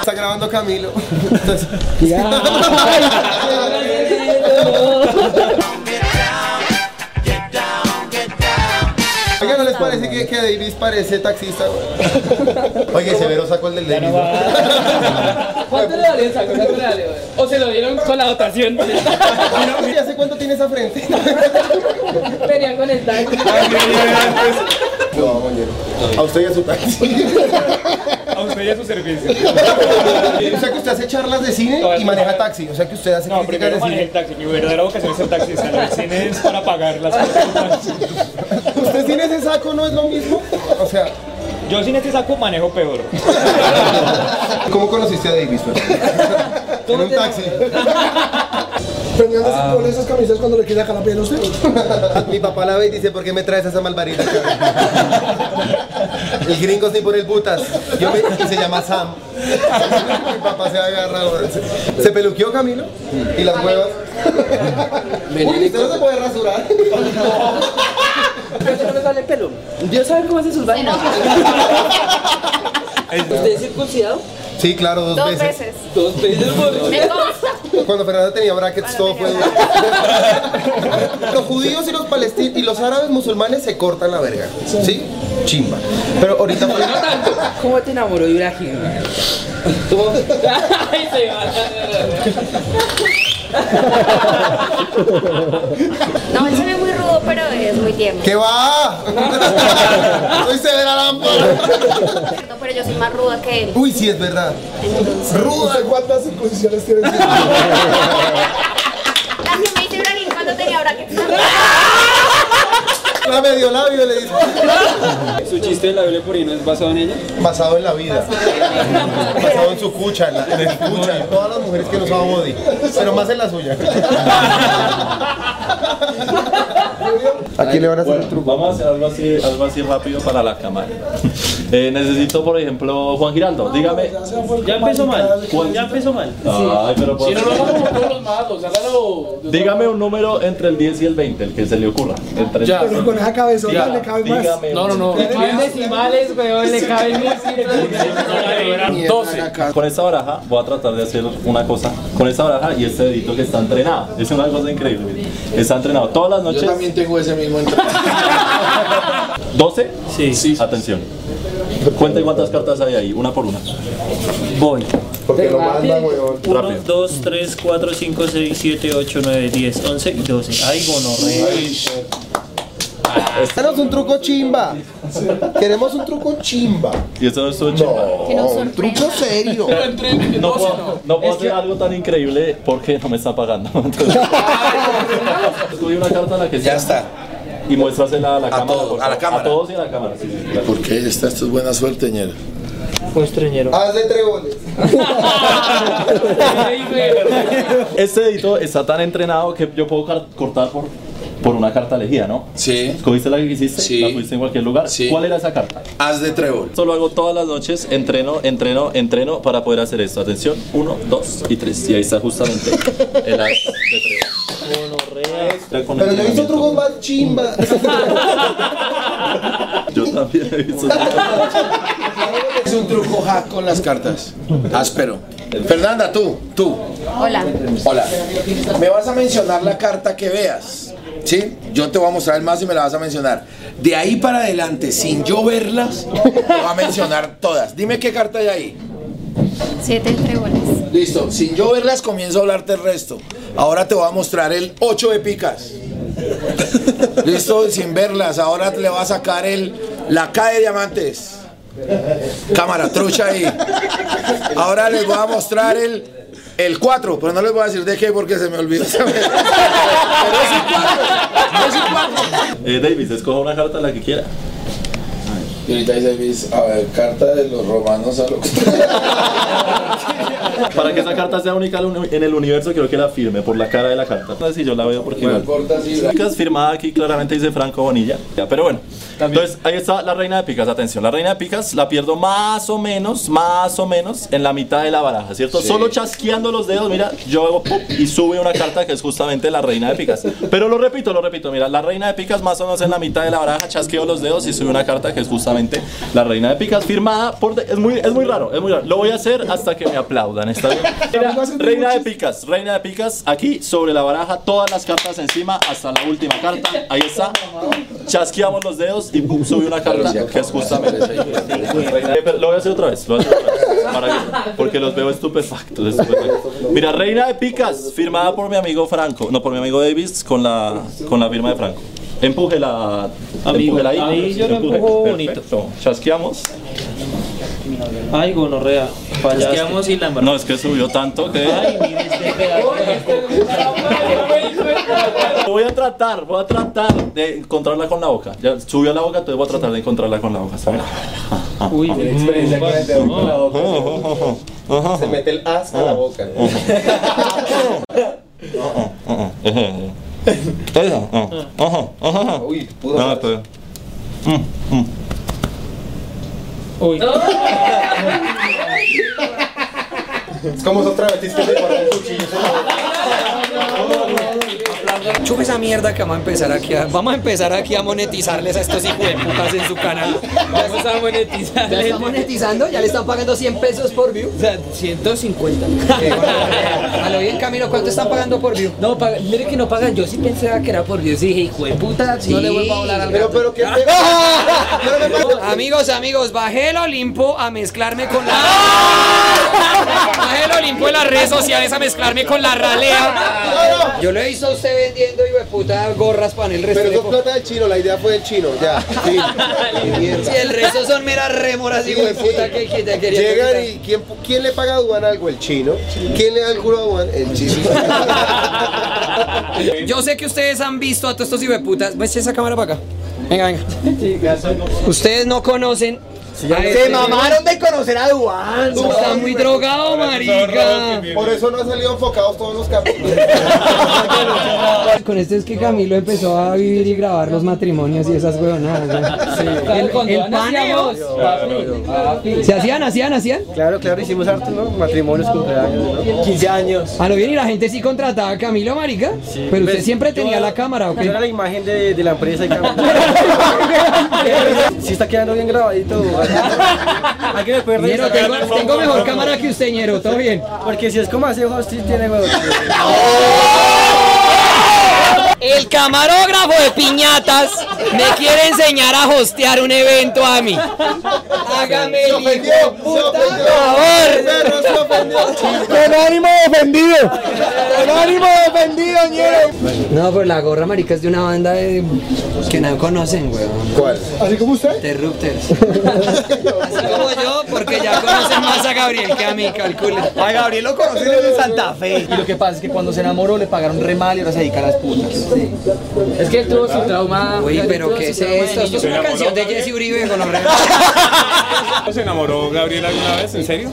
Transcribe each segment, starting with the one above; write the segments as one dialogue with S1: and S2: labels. S1: Está grabando Camilo. Entonces, Oiga, ¿no les parece que, que Davis parece taxista? güey?
S2: Oye, Severo sacó el del Davis. ¿no?
S3: ¿Cuánto le valió el saco? ¿Cuánto le valió? güey? O se lo dieron con la dotación.
S1: ¿Y Ah, hace cuánto tiene esa frente?
S3: Venían con el tanque.
S2: No, moñero. A usted y a su taxi.
S4: A usted y a su servicio.
S1: O sea que usted hace charlas de cine y maneja taxi. O sea que usted hace
S4: No,
S1: críticas
S4: primero
S1: de
S4: manejé
S1: cine.
S4: el taxi. Mi verdadera vocación es el taxista. El cine es para pagar las cosas. del taxi.
S1: ¿Usted tiene ese saco? ¿No es lo mismo? O sea,
S4: Yo sin este saco manejo peor.
S1: ¿cómo conociste a Davis? Fernando? en un taxi.
S5: Fernando se pone esas camisas cuando le quiere dejar la piel a usted.
S1: Mi papá la ve y dice, ¿por qué me traes esa malvarita? cabrón?" El gringo sí por el butas. Yo me- y se llama Sam. Mi papá se agarra. güey. Se- Se peluqueó Camilo y las huevas. Uy, ¿usted no se puede rasurar?
S3: Pero eso no me sale el pelo. Dios sabe cómo hace sus vainas. ¿Usted es circuncidado?
S1: Sí, claro, dos,
S6: Dos
S1: veces.
S6: veces.
S3: Dos veces por
S6: Me consta.
S1: Cuando Fernanda tenía brackets, todo fue duro. Los judíos y los palestinos y los árabes musulmanes se cortan la verga. ¿Sí? Chimba. Pero ahorita fue-
S3: ¿Cómo te enamoró Ibrahim? ¿Cómo? Ay, se va.
S6: No, él se ve muy rudo, pero es muy tierno.
S1: ¿Qué va? Soy severa lámpara.
S6: Cierto, Pero yo soy más ruda que él.
S1: Uy, sí es verdad.
S6: Entonces,
S1: Ruda.
S5: ¿Usted cuántas circunstancias tiene?
S6: la que me hice Ibrahim cuando tenía brackets.
S1: Ah, La medio labio le dice.
S7: Su chiste de la Biblia Purina es basado en ella.
S1: Basado en la vida. Basado en su cucha, en, la, en el cucha. En todas las mujeres que nos usaban body. Pero más en la suya. ¿A quién le van a hacer
S8: Bueno, vamos a hacer algo así, algo así rápido para la cámara. Eh, necesito, por ejemplo, Juan Giraldo, dígame.
S5: Ya empezó mal.
S8: Juan- Ay, pero por- Dígame un número entre el 10 y el 20, el que se le ocurra. Entre ya.
S5: Pero con esa cabezona le cabe más.
S8: No, no, no.
S3: Más decimales, weón, le caben mil cifras.
S7: 12.
S8: Con esta baraja voy a tratar de hacer una cosa. Con esta baraja y este dedito que está entrenado. Es una cosa increíble. mire. Está entrenado todas las noches.
S2: tengo ese mismo entrada.
S8: 12.
S7: Sí. sí.
S8: Atención. Cuenta cuántas cartas hay ahí, una por una.
S7: Voy.
S2: Porque lo manda, weón.
S7: 1,
S8: Rápido.
S7: 2, 3, 4, 5, 6, 7, 8, 9, 10, 11 y 12. Ay, gonorrea.
S1: Danos un truco chimba. Queremos un truco chimba.
S8: Y esto no es todo chimba.
S6: Que nos
S1: Un truco
S6: sorprenda.
S1: serio.
S8: No puedo, no puedo hacer algo tan increíble porque no me está pagando. Entonces, escogí una carta en la que
S2: Ya
S8: sea
S2: está.
S8: Y muéstrasela a la cámara.
S2: todos,
S8: por
S2: a la
S8: favor.
S2: cámara.
S8: A todos y a la cámara. sí, sí, sí, claro.
S2: Porque esta, esto es buena suerte, ñero.
S7: Fue estreñero.
S1: Haz de treboles.
S3: Ay, weón.
S8: Este dedito está tan entrenado que yo puedo car- cortar por, por una carta elegida, ¿no?
S2: Sí.
S8: ¿Escogiste la que quisiste?
S2: Sí.
S8: ¿La pusiste en cualquier lugar?
S2: Sí.
S8: ¿Cuál era esa carta?
S2: Haz de trébol.
S8: Esto lo hago todas las noches, entreno, entreno, entreno para poder hacer esto. Atención, uno, dos y tres. Y ahí está justamente el as de trébol.
S1: Pero yo he visto trucos más chimba.
S8: Yo también he visto.
S2: Es un truco hack con las cartas. Áspero. Fernanda, tú, tú.
S6: Hola.
S2: Hola. Me vas a mencionar la carta que veas. ¿Sí? Yo te voy a mostrar el más y me la vas a mencionar. De ahí para adelante, sin yo verlas, te voy a mencionar todas. Dime qué carta hay ahí.
S6: Siete tréboles.
S2: Listo, sin yo verlas comienzo a hablarte el resto. Ahora te voy a mostrar el 8 de picas. Listo, sin verlas, ahora le va a sacar el la K de diamantes. Cámara, trucha ahí. Ahora les voy a mostrar el el 4, pero no les voy a decir de qué porque se me olvidó. Pero es un 4. Es un 4.
S8: Eh, Davis, escoja una carta la que quiera.
S2: Y ahorita dice Luis, a ver, carta de los romanos a los...
S8: Para que esa carta sea única en el universo, quiero que la firme por la cara de la carta. No sé si yo la veo porque no. Picas firmada aquí claramente dice Franco Bonilla. Ya, pero bueno. Entonces, ahí está la reina de picas. Atención, la reina de picas la pierdo más o menos, más o menos en la mitad de la baraja, ¿cierto? Solo chasqueando los dedos, mira, yo hago pop y sube una carta que es justamente la reina de picas. Pero lo repito, lo repito, mira, la reina de picas más o menos en la mitad de la baraja, chasqueo los dedos y sube una carta que es justamente la reina de picas firmada por... de- Es muy, es muy raro, es muy raro. Lo voy a hacer hasta que me aplaudan, ¿está bien? Mira, reina de picas, reina de picas, aquí sobre la baraja, todas las cartas encima hasta la última carta, ahí está. Chasqueamos los dedos y pum, sube una carta que es justamente... Eh, pero Lo voy a hacer otra vez, lo voy a hacer otra vez. para que- porque los veo estupefactos, estupefactos. Mira, reina de picas, firmada por mi amigo Franco, no, por mi amigo Davis, con la, con la firma de Franco. Empújela,
S7: Amigo,
S8: empújela ahí.
S7: ahí yo la
S8: Empuje.
S7: empujo bonito.
S8: Perfecto. Chasqueamos.
S7: Ay, gonorrea. Fallaste. y la
S8: No, es que subió tanto que...
S1: Este
S8: Voy a tratar, voy a tratar de encontrarla con la boca. Ya subió a la boca, entonces voy a tratar de encontrarla con la boca. ¿sabes?
S7: Uy,
S1: experiencia que me tengo con la boca. Se mete el as a la boca. Uy, pudo.
S8: No, pero-
S7: uy.
S1: Es como esos travestis que se ponen cuchillos en la boca.
S9: Chupa esa mierda que vamos a empezar aquí a, vamos a empezar aquí a monetizarles a estos hijos de putas en su canal.
S3: Vamos a monetizar.
S9: Ya están monetizando, ya le están pagando 100 pesos por view.
S3: O sea, 150.
S9: A lo bien camino, ¿cuánto están pagando por view?
S3: No, paga- mire que no pagan. Yo sí pensaba que era por Dios. Y dije, hijo de puta, no le vuelvo a hablar al
S1: Pero,
S3: gato.
S1: pero, ¿qué te Yo no me paro.
S9: Amigos, amigos, bajé el Olimpo a mezclarme con la. Bajé el Olimpo en las redes sociales a mezclarme con la ralea. Yo lo he visto a usted vendiendo, hijo de puta, gorras para el resto.
S1: Pero
S9: de
S1: eso es
S9: po-
S1: plata del chino, la idea fue del chino, ya. Sí. Mierda.
S9: Si el resto son meras rémoras, hijo de puta, que, que te quería.
S1: Llegan y ¿quién, ¿quién le paga aduana algo? El chino. ¿Quién le da el juro a aduana? El chino.
S9: Yo sé que ustedes han visto a todos estos hijueputas. Pues echa esa cámara para acá. Venga, venga. Ustedes no conocen. Se mamaron de conocer a Duan. Está muy drogado, marica.
S1: Por eso no han salido enfocados todos los capítulos.
S9: Con esto es que Camilo empezó a vivir y grabar los matrimonios y esas huevonadas. ¿no? El-
S3: Cuando
S9: el
S3: van hacia
S9: paneo.
S3: vos, papi, papi.
S9: ¿Se hacían, hacían, hacían?
S10: Claro, claro, hicimos harto, ¿no? Matrimonios, cumpleaños, ¿no? 15 años.
S9: A lo Ah, bien y la gente sí contrataba a Camilo, marica. Pero usted siempre tenía la cámara, ¿ok?
S10: Yo era la imagen de, de la empresa y cambio. Sí está quedando bien grabadito. Alguien me puede
S9: Ñero,
S10: revisar.
S9: tengo, tengo mejor cámara que usted, Ñero, todo bien.
S10: Porque si es como hace ojos, sí tiene huevos.
S9: El camarógrafo de piñatas me quiere enseñar a hostear un evento a mí. Hágame
S1: Se
S9: el
S1: ofendió,
S9: hijo
S1: se
S9: puta
S1: ofendió.
S9: favor.
S1: Perro, se ofendió.
S9: No, pero la gorra marica es de una banda de- que no conocen, weón.
S1: ¿Cuál?
S5: Así como usted.
S9: Terrupters. Así como yo, porque ya conocen más a Gabriel que a mí, calcula.
S10: A Gabriel lo conocí en Santa Fe. Y lo que pasa es que cuando se enamoró le pagaron re mal y ahora se dedica a las putas.
S3: Es que él tuvo su trauma.
S9: Uy, pero ¿qué es esto? Esto es una canción de Jesse Uribe con hombre.
S4: ¿Se enamoró Gabriel alguna vez? ¿En serio?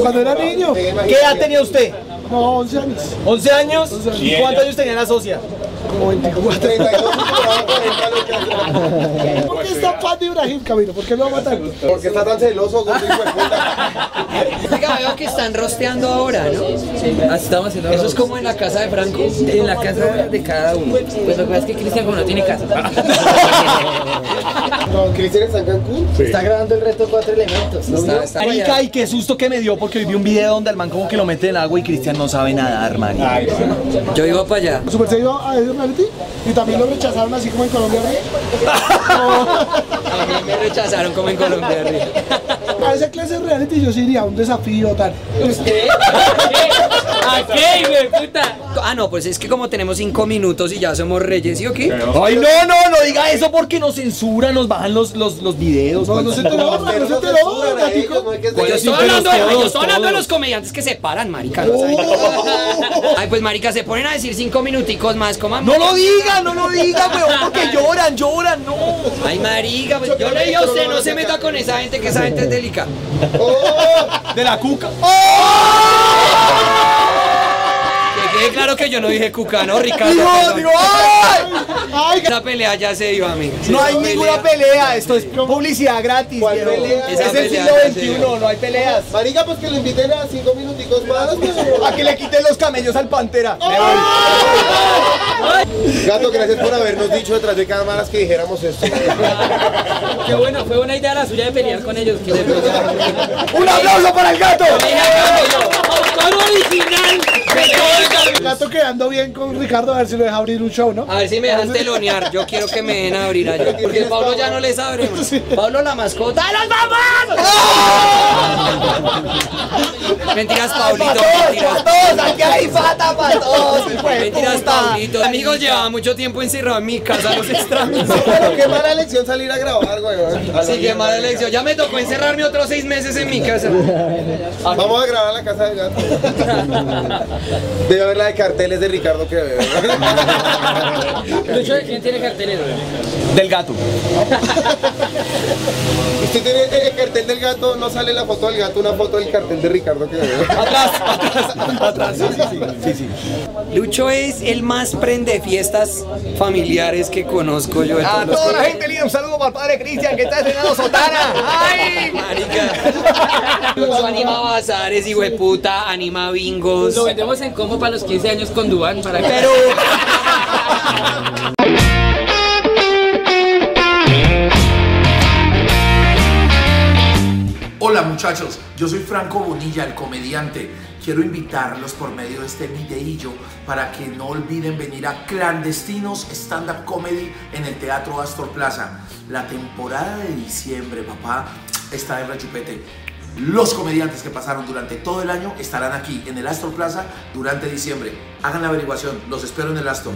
S5: Cuando era niño.
S10: ¿Qué edad tenía usted?
S5: No, 11 años.
S10: 11 años. ¿Y
S4: ella?
S10: cuántos años tenía la socia?
S5: Como 24.
S1: 32 enfocados, 40 lo que hace.
S5: ¿Por qué está fan de Ibrahim, Camilo? ¿Por qué lo va a matar?
S1: ¿Por qué está tan celoso, gordo hijo de puta?
S9: Oiga, veo que están rosteando ahora, ¿no?
S3: Estamos haciendo
S9: Eso es como en la casa de Franco.
S3: en la casa de cada uno. Pues lo que pasa es que Cristian como no tiene casa.
S1: ¿Con Cristian está en Cancún?
S10: Está grabando el reto cuatro elementos.
S9: Está- está
S10: Marica, y qué susto que me dio porque hoy vi un video donde al man como que lo mete en el agua y Cristian no sabe nadar, marica.
S9: Yo iba para allá.
S5: Super se iba a ese reality y también lo rechazaron así como en Colombia. ¿no?
S9: A mí me rechazaron como en Colombia. Río.
S5: A esa clase de reality yo sí iría a un desafío tal. Pues,
S9: ¿A qué, güey, puta? Ah, no, pues es que como tenemos cinco minutos y ya somos reyes, ¿sí o qué?
S10: Ay, no, no, no diga eso porque nos censuran, nos bajan los, los, los videos. pues.
S5: No, no se te lo no se te lo gatico.
S9: Yo
S10: sí,
S9: estoy
S10: pero
S9: hablando, de-
S10: todos,
S9: yo estoy hablando de
S10: todos.
S9: los comediantes que se paran, marica. ¿no saben? Ay, pues marica, se ponen a decir cinco minuticos más, coman.
S10: No lo diga, no lo diga, weón, porque lloran, lloran, no.
S9: Ay, marica, pues yo le digo a usted, no se meta con esa gente, que esa gente es delicada.
S10: Oh, De la cuca. Oh.
S9: Que quede claro que yo no dije cuca, ¿no, Ricardo?
S10: Digo,
S9: Perdón.
S10: digo, ¡ay!
S5: Ay,
S9: Esa pelea ya se dio, amigo.
S10: No hay ninguna pelea, esto es publicidad gratis. viejo.
S5: pelea?
S10: Es
S9: Esa
S10: el siglo
S9: pelea,
S10: XXI,
S9: señor.
S10: no hay peleas.
S5: Marica, pues que lo inviten a cinco minuticos más.
S1: pues.
S10: A que le quiten los camellos al pantera.
S1: Gato, gracias por habernos dicho detrás de cámaras que dijéramos esto.
S3: Qué bueno, fue buena idea la suya de pelear con ellos. Que de
S10: ¡Un aplauso para el gato!
S9: Autor original de todo el camino.
S5: Gato quedando bien con Ricardo a ver si lo deja abrir un show, ¿no?
S9: A ver si me dejan telonear. Yo quiero que me den a abrir allá. Porque el Pablo ya no les abre. man. Pablo, la mascota de los mamás. Mentiras, Paulito. Mentiras.
S10: todos! ¡Aquí hay fata para todos! hijo de
S9: Mentiras,
S10: puta.
S9: Paulito. Amigos, llevaba mucho tiempo encerrado en mi casa. Los extraños.
S1: Pero qué mala elección salir a grabar, weón.
S9: Así que mala elección. Ya me tocó encerrarme otros seis meses en mi casa.
S1: Vamos a grabar la casa del gato. Debe haber la de carteles de Ricardo que bebe.
S3: Lucho, ¿quién tiene cartelero?
S10: Del gato.
S1: Usted tiene eh, el- el cartel del gato, no sale la foto del gato, una foto del cartel de Ricardo que bebe.
S9: Atrás, atrás, atrás. Lucho es el más prende fiestas familiares que conozco yo. de
S10: A
S9: todos los
S10: toda la gente linda, un saludo para el padre Cristian que está estrenando Sotana. ¡Ay!
S9: Marica. Lucho anima bazares, hijo de puta, anima bingos.
S3: Lo vendemos en combo para los 15 años con Dubán. Para que...
S9: Pero.
S2: Hola muchachos, yo soy Franco Bonilla, el comediante. Quiero invitarlos por medio de este videillo para que no olviden venir a Clandestinos Stand Up Comedy en el Teatro Astor Plaza. La temporada de diciembre, papá, está de rechupete. Los comediantes que pasaron durante todo el año estarán aquí en el Astor Plaza durante diciembre. Hagan la averiguación, los espero en el Astor.